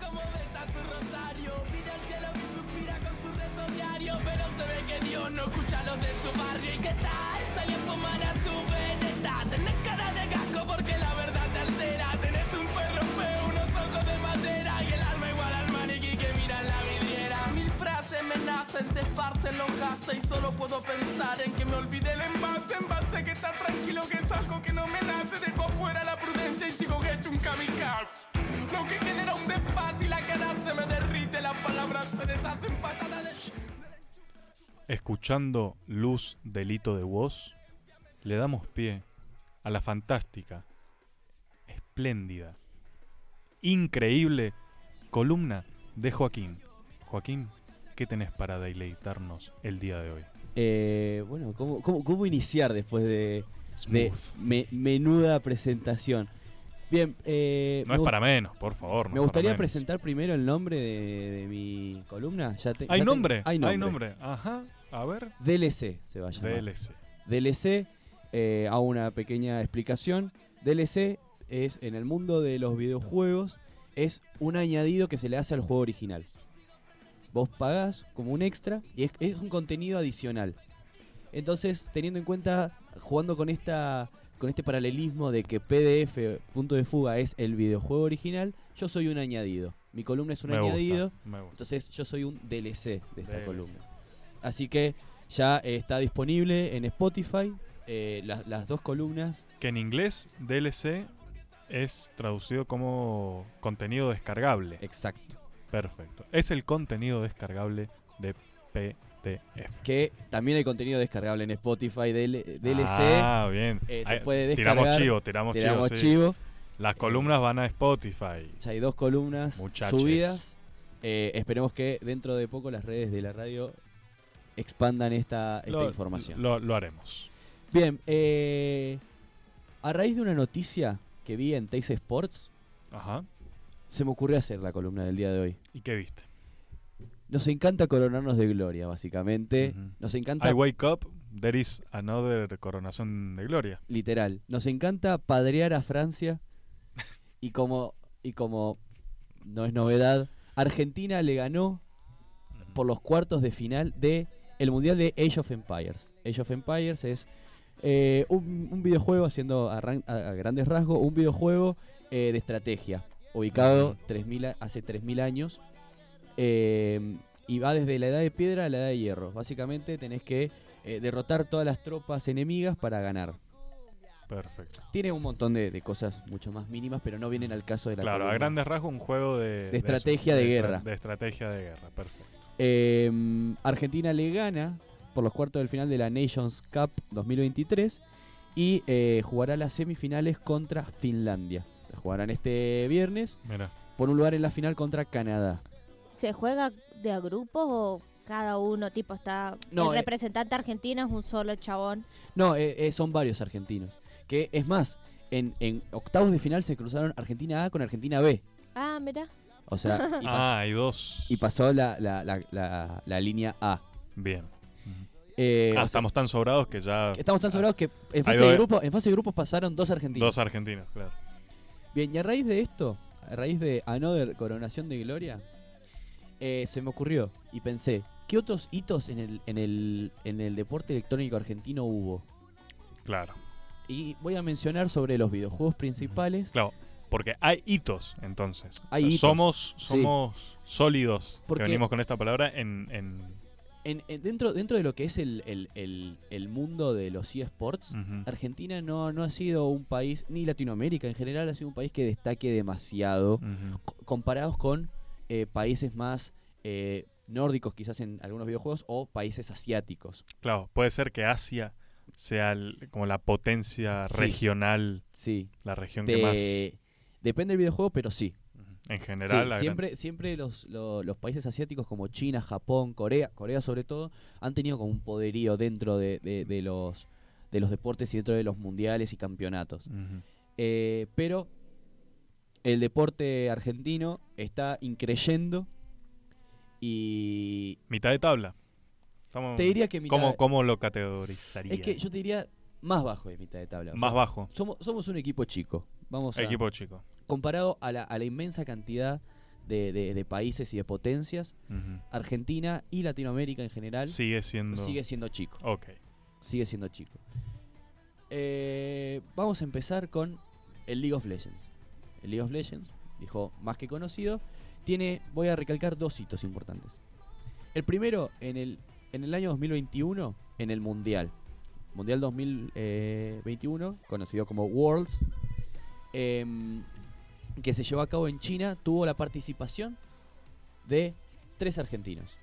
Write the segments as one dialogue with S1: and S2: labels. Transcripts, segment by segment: S1: como besa su rosario. Pide al cielo y suspira con su rezo diario. Pero se ve que Dios no escucha a los de su barrio. ¿Y qué tal? Salió a fumar a tu veneta. Tenés cara de casco porque la verdad te altera. Tenés un perro feo, unos ojos de madera. Y el alma igual al maniquí que mira en la vidriera. Mil frases me nacen, se esparcen los gases. Y solo puedo pensar en que me olvidé el envase. Envase que está tranquilo, que es algo que no me nace. Dejo afuera la prudencia y sigo hecho un kamikaze. Lo que queda era un desfase y la cara se me derrite, las palabras se deshacen patadas de...
S2: Escuchando Luz Delito de Voz, le damos pie a la fantástica, espléndida, increíble columna de Joaquín. Joaquín, ¿qué tenés para deleitarnos el día de hoy?
S3: Eh, bueno, ¿cómo, cómo, cómo iniciar después de, de
S2: Smooth.
S3: me- menuda presentación? Bien, eh,
S2: No
S3: me
S2: es
S3: gu-
S2: para menos, por favor. no es
S3: me
S2: para
S3: gustaría
S2: menos.
S3: presentar primero el nombre de, de mi columna. Ya te-
S2: ¿Hay
S3: ya te-
S2: nombre?
S3: hay nombre.
S2: Ajá, a ver.
S3: DLC se va a llamar.
S2: DLC.
S3: DLC, eh, hago una pequeña explicación. DLC es en el mundo de los videojuegos, es un añadido que se le hace al juego original. Vos pagás como un extra y es, es un contenido adicional. Entonces, teniendo en cuenta, jugando con esta con este paralelismo de que PDF punto de fuga es el videojuego original, yo soy un añadido. Mi columna es un
S2: me
S3: añadido,
S2: gusta. Me gusta.
S3: entonces yo soy un DLC de esta
S2: DLC.
S3: columna. Así que ya eh, está disponible en Spotify. eh, la- las dos columnas.
S2: Que en inglés DLC es traducido como contenido descargable.
S3: Exacto.
S2: Perfecto. Es el contenido descargable de PDF.
S3: Que también hay contenido descargable en Spotify DL- DLC.
S2: Ah, bien.
S3: eh, se
S2: Ahí,
S3: puede
S2: Tiramos
S3: descargar,
S2: chivo, tiramos,
S3: Tiramos
S2: chivo. sí.
S3: chivo.
S2: Las columnas van a Spotify.
S3: Ya hay dos columnas
S2: Muchachos.
S3: subidas. Eh, esperemos que dentro de poco las redes de la radio expandan esta, esta
S2: Lo-
S3: información.
S2: Lo, lo haremos.
S3: Bien, eh, a raíz de una noticia que vi en Teis Sports,
S2: Ajá.
S3: se me ocurrió hacer la columna del día de hoy.
S2: ¿Y qué viste?
S3: Nos encanta coronarnos de gloria, básicamente.
S2: Ujú.
S3: Nos encanta,
S2: I wake up, there is another coronación de gloria.
S3: literal, nos encanta padrear a Francia. Y como, y como no es novedad, Argentina le ganó por los cuartos de final de el Mundial de Age of Empires. Age of Empires es eh, un, un videojuego, haciendo a, ran- a- a grandes rasgos, un videojuego eh, de estrategia, ubicado
S2: Ujú.
S3: 3000 a- hace 3.000 años. eh, y va desde la edad de piedra a la edad de hierro. Básicamente tenés que eh, derrotar todas las tropas enemigas para ganar.
S2: Perfecto.
S3: Tiene un montón de, de cosas mucho más mínimas, pero no vienen al caso de la
S2: Claro, a
S3: columna.
S2: grandes rasgos un juego de... eso,
S3: estrategia de
S2: estra-
S3: guerra.
S2: De estrategia de guerra, perfecto.
S3: Eh, Argentina le gana por los cuartos del final de la Nations Cup 2023 y eh, jugará las semifinales contra Finlandia. La Jugarán este viernes
S2: Mira,
S3: por un lugar en la final contra Canadá.
S4: ¿Se juega de a grupos o cada uno, tipo, está.
S3: No,
S4: el
S3: eh.
S4: representante argentino es un solo chabón.
S3: No, eh, eh, son varios argentinos. Que es más, en, en octavos de final se cruzaron Argentina A con Argentina B.
S4: Ah, mira.
S3: O sea, y, pas-
S2: ah, hay dos.
S3: y pasó la, la- la- la- la línea A.
S2: Bien.
S3: Eh,
S2: Ah,
S3: o sea,
S2: estamos Ah. tan sobrados que ya...
S3: estamos tan sobrados que en fase,
S2: dos,
S3: de
S2: eh.
S3: grupo, en fase de grupos pasaron dos argentinos.
S2: Dos argentinos, claro.
S3: Bien, y a raíz de esto, a raíz de Another Coronación de Gloria, eh, se me ocurrió y pensé, ¿qué otros hitos en el, en el, en el deporte electrónico argentino hubo?
S2: Claro.
S3: Y voy a mencionar sobre los videojuegos principales,
S2: Claro, porque hay hitos, entonces.
S3: Hay hitos,
S2: Somos,
S3: sí.
S2: somos sólidos, que
S3: Porque-
S2: venimos con esta palabra, en... en-
S3: en- en- dentro, dentro de lo que es el, el- el- el mundo de los eSports.
S2: Ujú.
S3: Argentina no, no ha sido un país, ni Latinoamérica en general, ha sido un país que destaque demasiado
S2: Ujú.
S3: co- comparados con eh, países más eh, nórdicos quizás en algunos videojuegos o países asiáticos.
S2: Claro, puede ser que Asia sea el- como la potencia
S3: Sí.
S2: regional,
S3: Sí,
S2: la región que más...
S3: de- depende del videojuego, pero sí.
S2: Ujú. En
S3: Sí,
S2: general, la gran-
S3: siempre siempre los, lo- los países asiáticos como China, Japón, Corea, Corea sobre todo, han tenido como un poderío dentro de, de- de los de los deportes y dentro de los mundiales y campeonatos.
S2: Ujú.
S3: Eh, pero el deporte argentino está increyendo y
S2: Mitad de tabla. Estamos-
S3: te diría que mitad-
S2: ¿Cómo, cómo lo categorizaría?
S3: es que yo te diría más bajo de mitad de tabla. o
S2: Más
S3: sea,
S2: bajo.
S3: Somos, somos un equipo chico. Vamos a,
S2: Equipo chico.
S3: comparado a la, a la inmensa cantidad de, de- de países y de potencias,
S2: Ujú.
S3: Argentina y Latinoamérica en general
S2: Sigue siendo.
S3: sigue siendo chico.
S2: Ok.
S3: Sigue siendo chico. Eh, vamos a empezar con el League of Legends. El League of Legends, dijo más que conocido, tiene, voy a recalcar dos hitos importantes. El primero, en el, en el año 2021, en el Mundial. Mundial 2021, conocido como Worlds, em, que se llevó a cabo en China, tuvo la participación de tres argentinos.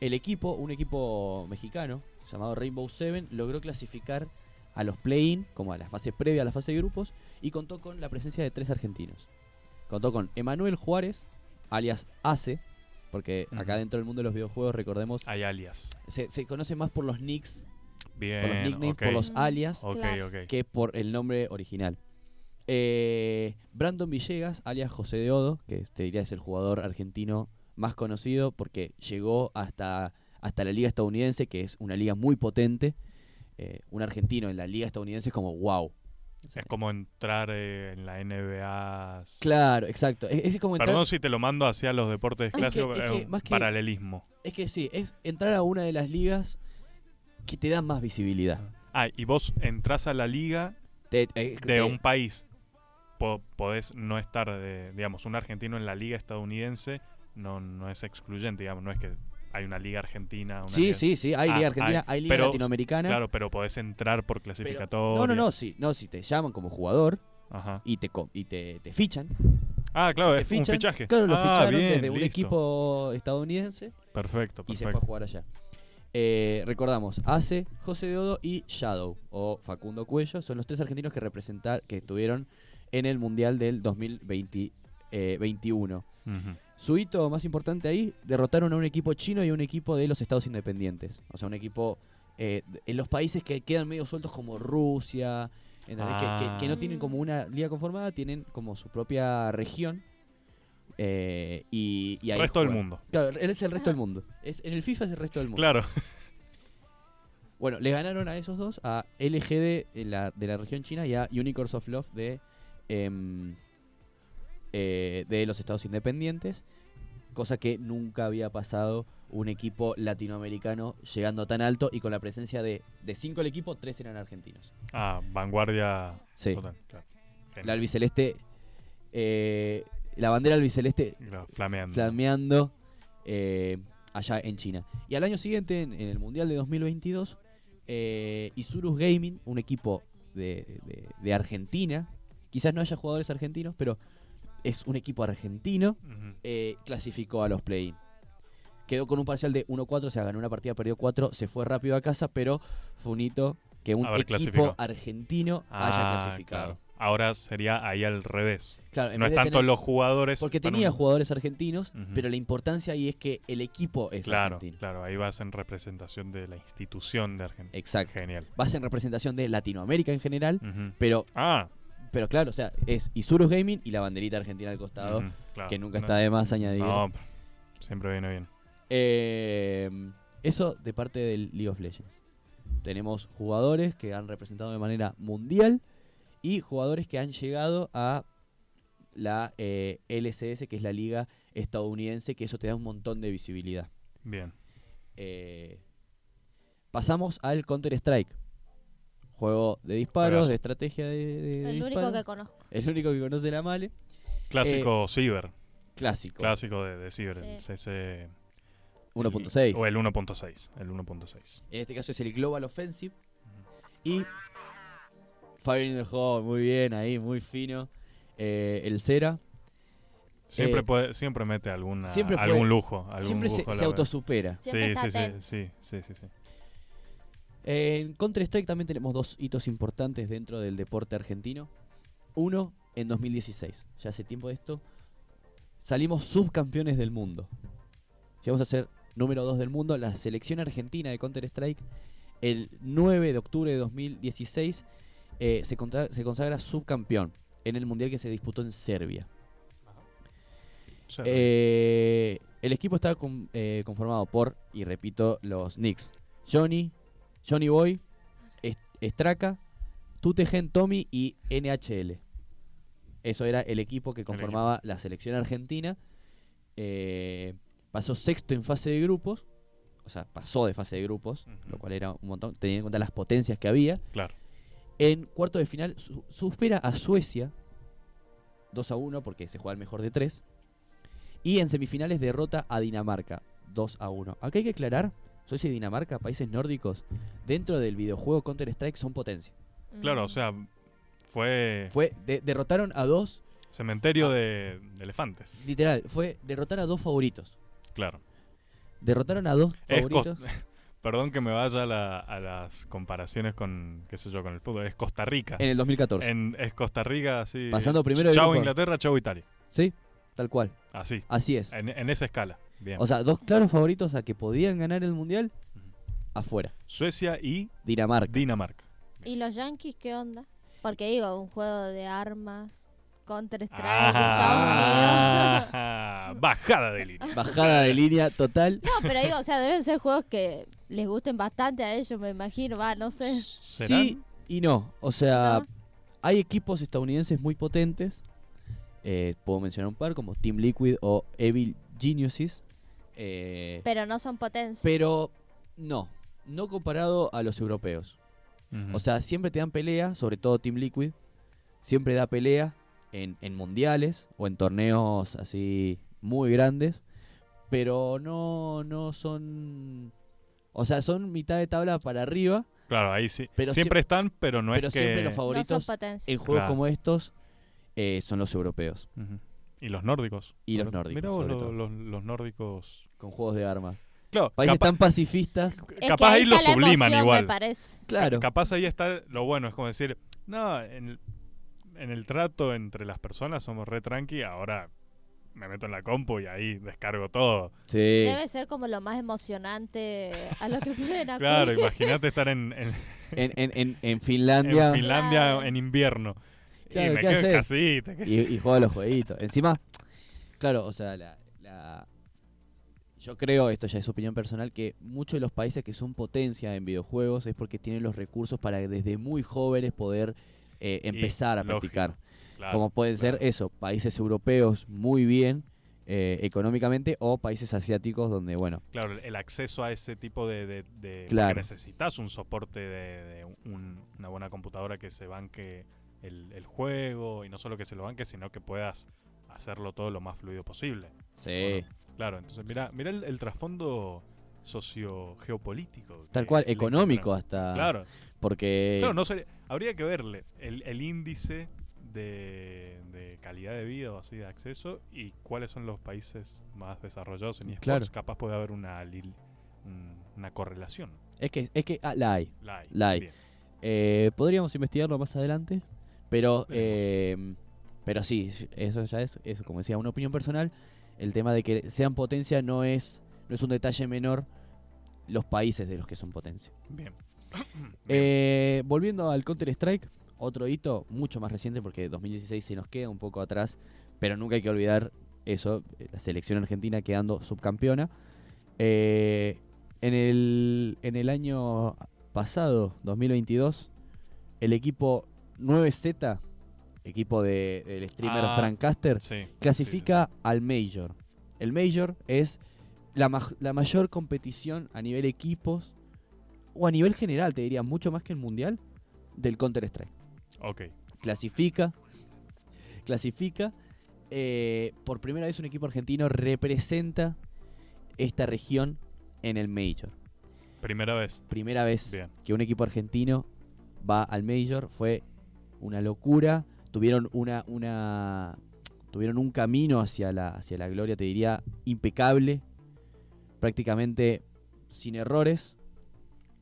S3: El equipo, un equipo mexicano llamado Rainbow Seven, logró clasificar a los play-in, como a la fase previa a la fase de grupos, y contó con la presencia de tres argentinos. Contó con Emanuel Juárez, alias Ace, porque acá
S2: Ujú.
S3: dentro del mundo de los videojuegos, recordemos,
S2: Hay alias.
S3: se, se conoce más por los nicks
S2: Bien.
S3: por los nicknames,
S2: ok.
S3: por los alias,
S2: Ok,
S4: Claro.
S2: ok.
S3: que por el nombre original. Eh, Brandon Villegas, alias José de Odo, que es- te diría es el jugador argentino más conocido porque llegó hasta, hasta la liga estadounidense, que es una liga muy potente. Eh, un argentino en la liga estadounidense es como wow.
S2: Es como entrar eh, en la NBA.
S3: Claro, exacto. Es, es como entrar-
S2: Perdón si te lo mando hacia los deportes
S3: que-
S2: clásicos,
S3: es
S2: pero
S3: que
S2: un
S3: más que-
S2: paralelismo.
S3: es que sí, es entrar a una de las ligas que te da más visibilidad.
S2: Ah, y vos entrás a la liga
S3: Te- eh,
S2: de
S3: te-
S2: un país. Po- podés no estar, de, digamos, un argentino en la liga estadounidense no, no es excluyente, digamos, no es que hay una liga argentina. Una
S3: Sí,
S2: liga-
S3: sí, sí, hay
S2: Ah,
S3: liga argentina, hay, liga
S2: pero-
S3: latinoamericana.
S2: Claro, pero podés entrar por
S3: pero-
S2: clasificatoria.
S3: no, no, no, si, no, si te llaman como jugador,
S2: Ajá.
S3: y te, co- y te, te fichan.
S2: Ah, claro,
S3: te
S2: es un
S3: fichan.
S2: fichaje.
S3: Claro, lo
S2: Ah,
S3: ficharon
S2: bien,
S3: desde un
S2: listo.
S3: equipo estadounidense
S2: Perfecto,
S3: y se fue a
S2: perfecto.
S3: jugar allá. Eh, recordamos, Ace, José Deodo y Shadow o Facundo Cuello son los tres argentinos que representar, que estuvieron en el Mundial del 2021. eh,
S2: Ujú.
S3: Su hito más importante ahí, derrotaron a un equipo chino y a un equipo de los estados independientes. O sea, un equipo eh, d- en los países que quedan medio sueltos como Rusia, ¿entendés? Que- que,
S2: Ah.
S3: que no tienen como una liga conformada, tienen como su propia región. eh, y, y ahí
S2: Resto del
S3: juegan.
S2: mundo.
S3: Claro, él es el resto del mundo. Es, en el FIFA es el resto del mundo.
S2: Claro.
S3: Bueno, le ganaron a esos dos, a LGD de eh, la, de la región china y a Unicorns of Love de, em, eh, de los estados independientes, cosa que nunca había pasado un equipo latinoamericano llegando tan alto y con la presencia de, de cinco del equipo, tres eran argentinos.
S2: Ah, vanguardia
S3: Sí,
S2: total. claro.
S3: la albiceleste, eh, la bandera albiceleste
S2: Claro, flameando.
S3: flameando eh, allá en China. Y al año siguiente, en, en el Mundial de 2022, eh, Isurus Gaming, un equipo de, de- de Argentina, quizás no haya jugadores argentinos, pero es un equipo argentino,
S2: Ujú.
S3: eh, clasificó a los play-in. Quedó con un parcial de 1-4, o sea, ganó una partida, perdió 4, se fue rápido a casa, pero fue un hito que un
S2: Haber
S3: equipo
S2: clasificado.
S3: argentino
S2: Ah,
S3: haya clasificado.
S2: claro. Ahora sería ahí al revés.
S3: Claro, en
S2: no es
S3: vez de
S2: tanto
S3: tener-
S2: los jugadores.
S3: Porque
S2: van
S3: tenía
S2: un-
S3: jugadores argentinos,
S2: Ujú.
S3: pero la importancia ahí es que el equipo es
S2: Claro,
S3: argentino.
S2: claro. Ahí vas en representación de la institución de Argentina.
S3: Exacto.
S2: Genial.
S3: Vas en representación de Latinoamérica en general,
S2: Ujú.
S3: pero,
S2: Ah,
S3: pero claro, o sea, es Isurus Gaming y la banderita argentina al costado,
S2: ujú, claro.
S3: que nunca
S2: No-
S3: está de más añadir.
S2: No, pero siempre viene bien.
S3: Eh, eso de parte del League of Legends. Tenemos jugadores que han representado de manera mundial y jugadores que han llegado a la eh, LCS, que es la liga estadounidense, que eso te da un montón de visibilidad.
S2: Bien.
S3: Eh, pasamos al Counter Strike. Juego de disparos,
S2: Juegazo.
S3: de estrategia de, de
S4: El único
S3: disparos.
S4: que conozco.
S3: El único que conoce la Male. Eh,
S2: Clásico Ciber.
S3: Clásico.
S2: Clásico de, de Ciber. el
S4: Sí.
S2: CC
S3: 1.6.
S2: O el 1.6. El 1.6.
S3: En este caso es el Global Offensive. Y. Fire in the Hole, muy bien ahí, muy fino. Eh, el Cera.
S2: Siempre,
S3: Eh,
S2: puede, siempre mete alguna,
S3: siempre puede-
S2: algún lujo. Algún
S3: Siempre se,
S2: lujo a
S3: se
S2: la vez.
S3: autosupera.
S4: Siempre
S2: Sí, sí,
S4: está
S2: sí,
S4: atento.
S2: sí, sí, sí, sí.
S3: En Counter-Strike también tenemos dos hitos importantes dentro del deporte argentino. Uno, en 2016, ya hace tiempo de esto, salimos subcampeones del mundo. Llegamos a ser número 2 del mundo. La selección argentina de Counter-Strike, el 9 de octubre de 2016, eh, se, contra- se consagra subcampeón en el mundial que se disputó en Serbia.
S2: Sí,
S3: Eh, el equipo estaba con- eh, conformado por, y repito, los Knicks. Johnny, Johnny Boy, Est- Estraca, Tutegen, Tommy y NHL. Eso era el equipo que conformaba la selección argentina. Eh, pasó sexto en fase de grupos, o sea, pasó de fase de grupos,
S2: Ujú.
S3: lo cual era un montón, teniendo en cuenta las potencias que había.
S2: Claro.
S3: En cuarto de final su- supera a Suecia 2 a 1 porque se juega el mejor de 3. Y en semifinales derrota a Dinamarca 2 a 1. Acá hay que aclarar, Suecia y Dinamarca, países nórdicos, dentro del videojuego Counter-Strike son potencia.
S4: Mm.
S2: Claro, o sea, fue
S3: Fue de- derrotaron a dos,
S2: cementerio de, de elefantes.
S3: literal, fue derrotar a dos favoritos.
S2: Claro.
S3: Derrotaron a dos
S2: Es cos-
S3: favoritos.
S2: Perdón que me vaya a, la- a las comparaciones con, qué sé yo, con el fútbol. Es Costa Rica.
S3: En el 2014.
S2: En, es Costa Rica, así.
S3: Pasando primero de
S2: Chau
S3: grupo.
S2: Inglaterra, chau Italia.
S3: Sí, tal cual.
S2: Así.
S3: Así es.
S2: En, en esa escala. Bien.
S3: O sea, dos claros favoritos a que podían ganar el mundial afuera.
S2: Suecia y
S3: Dinamarca.
S2: Dinamarca.
S4: ¿Y los Yankees qué onda? Porque digo, un juego de armas, Counter Strike, Estados Unidos.
S2: Ah, bajada de línea.
S3: Bajada de línea total.
S4: No, pero digo, o sea, deben ser juegos que les gusten bastante a ellos, me imagino. Va, no sé.
S2: ¿Serán?
S3: Sí y no. O sea,
S4: No.
S3: hay equipos estadounidenses muy potentes. Eh, puedo mencionar un par como Team Liquid o Evil Geniuses. Eh,
S4: Pero no son potencias.
S3: pero no, no comparado a los europeos.
S2: Ujú.
S3: O sea, siempre te dan pelea, sobre todo Team Liquid. Siempre da pelea en, en mundiales o en torneos así muy grandes. Pero no, no son... O sea, son mitad de tabla para arriba,
S2: claro, ahí sí.
S3: pero
S2: siempre están, pero no
S3: pero
S2: es que.
S3: siempre los
S4: no son
S3: favoritos
S4: potencias.
S3: en juegos
S2: Claro.
S3: como estos eh, son los europeos,
S2: Ujú. Y los nórdicos.
S3: Y los
S2: Ahora-
S3: nórdicos,
S2: Mirá vos
S3: sobre
S2: lo-
S3: todo.
S2: los, los nórdicos.
S3: con juegos de armas.
S2: Claro,
S3: Países
S2: capa-
S3: tan pacifistas,
S4: Es que
S2: capaz ahí lo
S4: está la
S2: subliman
S4: emoción,
S2: igual.
S4: Me parece.
S3: claro.
S2: Capaz ahí está lo bueno, es como decir, no, en el, en el trato entre las personas somos re tranqui, ahora me meto en la compu y ahí descargo todo.
S3: Sí.
S4: Debe ser como lo más emocionante a lo que pueden acudir.
S2: Claro, imagínate estar en, en-
S3: En, en- en- en
S2: en
S3: Finlandia
S2: Finlandia
S4: Claro.
S2: en invierno. y
S3: Claro,
S2: me
S3: ¿qué
S2: quedo en
S3: haces?
S2: casita, qué sé
S3: y, y juega los jueguitos. Encima, claro, o sea, la, la- yo creo, esto ya es opinión personal, que muchos de los países que son potencia en videojuegos es porque tienen los recursos para desde muy jóvenes poder eh,
S2: Y,
S3: empezar a
S2: lógico.
S3: practicar.
S2: Claro,
S3: como pueden ser
S2: claro.
S3: eso, países europeos muy bien eh, económicamente o países asiáticos donde, bueno,
S2: Claro, el acceso a ese tipo de... de, de-
S3: Claro.
S2: Porque necesitas un soporte de, de un- una buena computadora que se banque el, el juego y no solo que se lo banque, sino que puedas hacerlo todo lo más fluido posible.
S3: sí,
S2: Claro, entonces mira, mira el, el trasfondo socio-geopolítico.
S3: tal
S2: que
S3: cual,
S2: le
S3: económico
S2: encontramos.
S3: hasta...
S2: Claro,
S3: Porque...
S2: claro, no sería- habría que verle el, el índice de, de calidad de vida o así de acceso y cuáles son los países más desarrollados en esports.
S3: Claro.
S2: Capaz puede haber una, lil- un- una correlación.
S3: Es que, es que ah, la hay.
S2: La hay.
S3: La hay.
S2: Bien.
S3: Eh, podríamos investigarlo más adelante, pero
S2: Veremos.
S3: eh, pero sí, eso ya es, eso, como decía, una opinión personal. El tema de que sean potencia no es no es un detalle menor los países de los que son potencia.
S2: Bien. Bien.
S3: Eh, volviendo al Counter Strike, otro hito mucho más reciente porque 2016 se nos queda un poco atrás, pero nunca hay que olvidar eso, eh, la selección argentina quedando subcampeona. Eh, en, el, en el año pasado, 2022, el equipo 9Z, equipo de- del streamer
S2: Ah,
S3: Frank Caster,
S2: Sí,
S3: clasifica al Major. El Major es la, maj- la mayor competición a nivel equipos o a nivel general, te diría, mucho más que el mundial del Counter Strike.
S2: sí, sí. Ok.
S3: Clasifica, clasifica. eh, por primera vez un equipo argentino representa esta región en el Major.
S2: Primera vez.
S3: Primera vez
S2: Bien.
S3: que un equipo argentino va al Major fue una locura. Tuvieron una, una tuvieron un camino hacia la, hacia la gloria, te diría, impecable, prácticamente sin errores.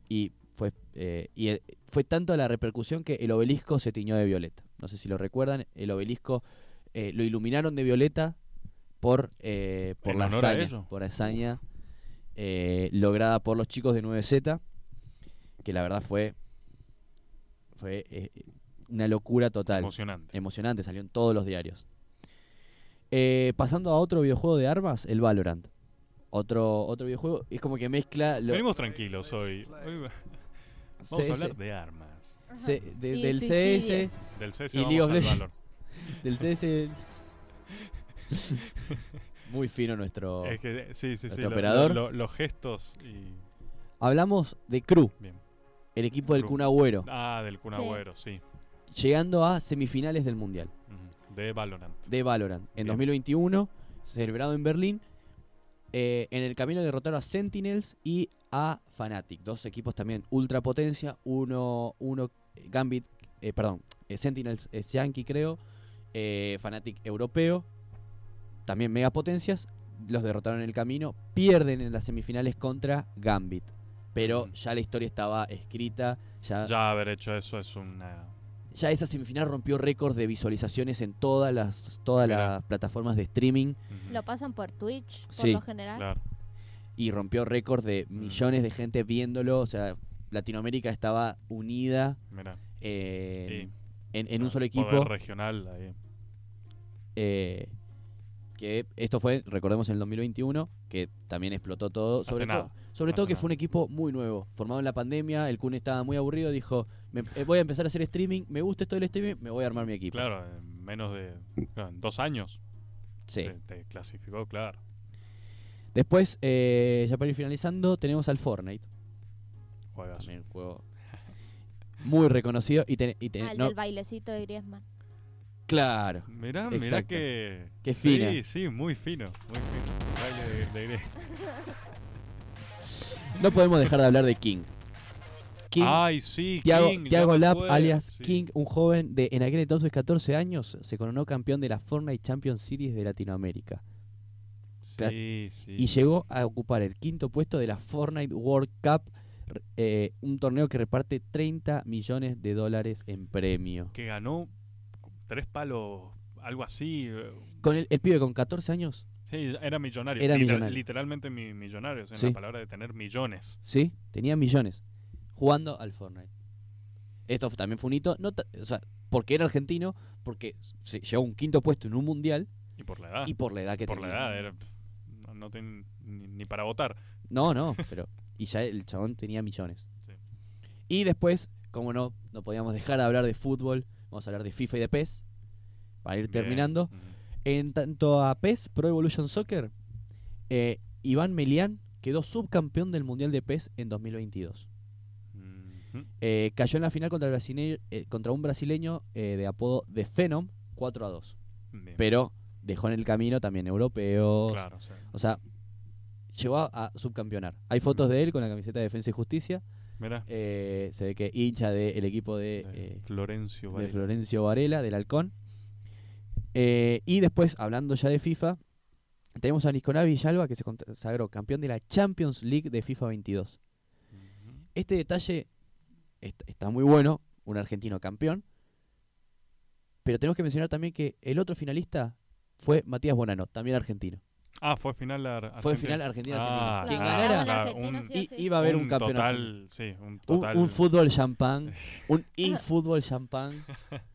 S3: Y fue, eh, y eh, fue tanto la repercusión que el obelisco se tiñó de violeta. No sé si lo recuerdan, el obelisco eh, lo iluminaron de violeta por, eh, por
S2: ¿En
S3: la
S2: honor a
S3: hazaña,
S2: ello?
S3: por la hazaña eh, lograda por los chicos de 9Z, que la verdad fue, fue eh, una locura total
S2: Emocionante.
S3: emocionante, salió en todos los diarios. Eh, pasando a otro videojuego de armas, el Valorant. Otro, otro videojuego, es como que mezcla lo-
S2: Venimos tranquilos hoy. Hoy va- vamos
S3: CS,
S2: a hablar de armas.
S3: se- de-
S4: Y
S3: del
S4: suicidios.
S3: CS
S2: Del CS
S3: Y
S2: vamos
S3: League of
S2: al
S3: Legends.
S2: Valor.
S3: del CS. Muy fino nuestro.
S2: Es que, sí, sí, sí.
S3: Oh. Nuestro operador.
S2: lo- los gestos y.
S3: Hablamos de Crew,
S2: Bien.
S3: el equipo del
S2: Crew.
S3: Kun Agüero,
S2: Ah, del Kun
S4: Sí.
S2: Agüero, sí.
S3: llegando a semifinales del Mundial
S2: Ujú, De Valorant.
S3: de Valorant en
S2: Bien.
S3: 2021, celebrado en Berlín. Eh, en el camino derrotaron a Sentinels y a Fnatic, dos equipos también ultra potencia, uno, uno eh, Gambit, eh, perdón, eh, Sentinels es Yankee creo, eh, Fnatic europeo, también mega potencias, los derrotaron en el camino, pierden en las semifinales contra Gambit, pero
S2: Ujú.
S3: ya la historia estaba escrita, ya,
S2: Ya haber hecho eso es una.
S3: ya esa semifinal rompió récords de visualizaciones en todas las, todas
S2: Mirá.
S3: las plataformas de streaming
S2: ujú,
S4: Lo pasan por Twitch, por
S3: Sí,
S4: lo general.
S2: Claro.
S3: y rompió récords de
S2: Mm.
S3: millones de gente viéndolo. O sea, Latinoamérica estaba unida
S2: Mirá.
S3: eh,
S2: Sí,
S3: en, en un
S2: ah,
S3: solo
S2: poder
S3: equipo.
S2: regional ahí.
S3: eh, que esto fue, recordemos, en el 2021, que también explotó todo.
S2: Hace
S3: Sobre, todo-
S2: nada.
S3: sobre
S2: hace
S3: todo que
S2: nada.
S3: fue un equipo muy nuevo, formado en la pandemia. El Kun estaba muy aburrido, dijo: "Me- eh, Voy a empezar a hacer streaming, me gusta esto del streaming, me voy a armar mi equipo.
S2: Claro, en menos de. claro, en dos años
S3: Sí.
S2: te, te clasificó, claro.
S3: Después, eh, ya para ir finalizando, tenemos al Fortnite.
S2: Juegas.
S3: También un juego muy reconocido. Y, ten- y ten-
S4: Al
S3: no-
S4: del bailecito de Griezmann.
S3: Claro.
S2: Mirá, mirá
S3: Exacto.
S2: que.
S3: Qué
S2: Sí,
S3: fina.
S2: sí, muy fino. Muy fino. Baile de- de- de-
S3: No podemos dejar de hablar de King. King,
S2: Ay, sí,
S3: Tiago,
S2: Ah, King. ya
S3: Tiago
S2: me
S3: Lab,
S2: acuerdo,
S3: alias
S2: sí.
S3: King, un joven de en aquel entonces 14 años, se coronó campeón de la Fortnite Champions Series de Latinoamérica. Cla-
S2: Sí, sí.
S3: Y llegó a ocupar el quinto puesto de la Fortnite World Cup, re- eh, un torneo que reparte 30 millones de dólares en premio.
S2: que ganó tres palos, algo así. eh,
S3: Con el, el pibe con 14 años,
S2: Sí, era millonario.
S3: Era
S2: Liter-
S3: millonario.
S2: Literalmente mi- millonario, es
S3: Sí.
S2: la palabra de tener millones.
S3: ¿sí? Tenía millones jugando al Fortnite. Esto f- también fue un hito, no ta- o sea, porque era argentino, porque se llegó a un quinto puesto en un mundial
S2: Y por la edad.
S3: y por la edad que
S2: por la
S3: tenía.
S2: edad, era- no, no ten- ni, ni para votar.
S3: No, no, pero. Y ya el chabón tenía millones.
S2: Sí.
S3: Y después, como no, no podíamos dejar de hablar de fútbol, vamos a hablar de FIFA y de PES. Para ir
S2: Bien.
S3: terminando.
S2: Mm.
S3: En tanto a PES, Pro Evolution Soccer, eh, Iván Melián quedó subcampeón del Mundial de PES en 2022.
S2: Mhm.
S3: Eh, cayó en la final contra, el brasile- eh, contra un brasileño eh, de apodo de Phenom 4 a 2.
S2: Bien.
S3: Pero dejó en el camino también europeos,
S2: Claro, o sea,
S3: o sea, llegó a, a subcampeonar. Hay fotos de él con la camiseta de Defensa y Justicia.
S2: mirá,
S3: eh, se ve que hincha del equipo de,
S2: de
S3: eh,
S2: Florencio
S3: de
S2: Varela.
S3: Florencio Varela, del Halcón. Eh, y después, hablando ya de FIFA, tenemos a Nicolás Villalba que se consagró campeón de la Champions League de FIFA 22.
S2: Mhm.
S3: Este detalle est- está muy bueno, un argentino campeón. Pero tenemos que mencionar también que el otro finalista fue Matías Bonano, también argentino.
S2: Ah, fue final ar-
S3: Fue
S2: Argentina.
S3: final Argentina-Argentina.
S2: Ah,
S4: Quien
S3: Claro.
S2: claro,
S4: ganaba
S3: ganara-
S4: el
S2: claro,
S4: argentino,
S2: un-
S4: sí o
S3: Y-
S4: sí.
S3: iba a haber un, campeón argentino.
S2: total, sí, un
S3: Un-
S2: total
S3: Un, fútbol champán, un infútbol champán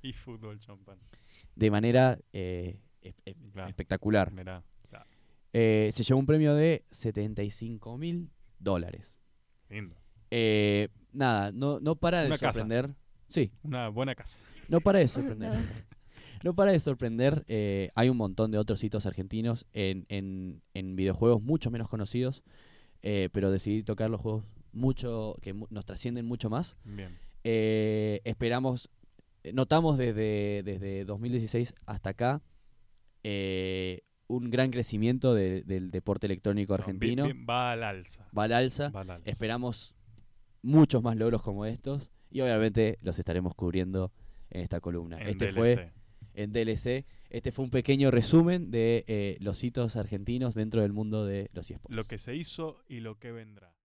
S2: y fútbol champán.
S3: de manera eh, es- es-
S2: Claro.
S3: espectacular.
S2: Mirá,
S3: Eh, se llevó un premio de 75 mil dólares.
S2: lindo.
S3: Eh, nada, no, no para de
S2: Una casa.
S3: sorprender. Sí,
S2: Una buena casa.
S3: no para de sorprender. No para de sorprender, eh, hay un montón de otros hitos argentinos en, en- en videojuegos mucho menos conocidos, eh, pero decidí tocar los juegos mucho que mu- nos trascienden mucho más.
S2: Bien.
S3: Eh, esperamos, eh, notamos desde, desde 2016 hasta acá eh, un gran crecimiento de- del deporte electrónico
S2: No, bien-
S3: argentino.
S2: bien, va al alza.
S3: Va al alza.
S2: Va al alza.
S3: Esperamos muchos más logros como estos y obviamente los estaremos cubriendo en esta columna.
S2: En
S3: este
S2: DLC.
S3: fue en DLC. Este fue un pequeño resumen de eh, los hitos argentinos dentro del mundo de los esports.
S2: lo que se hizo y lo que vendrá.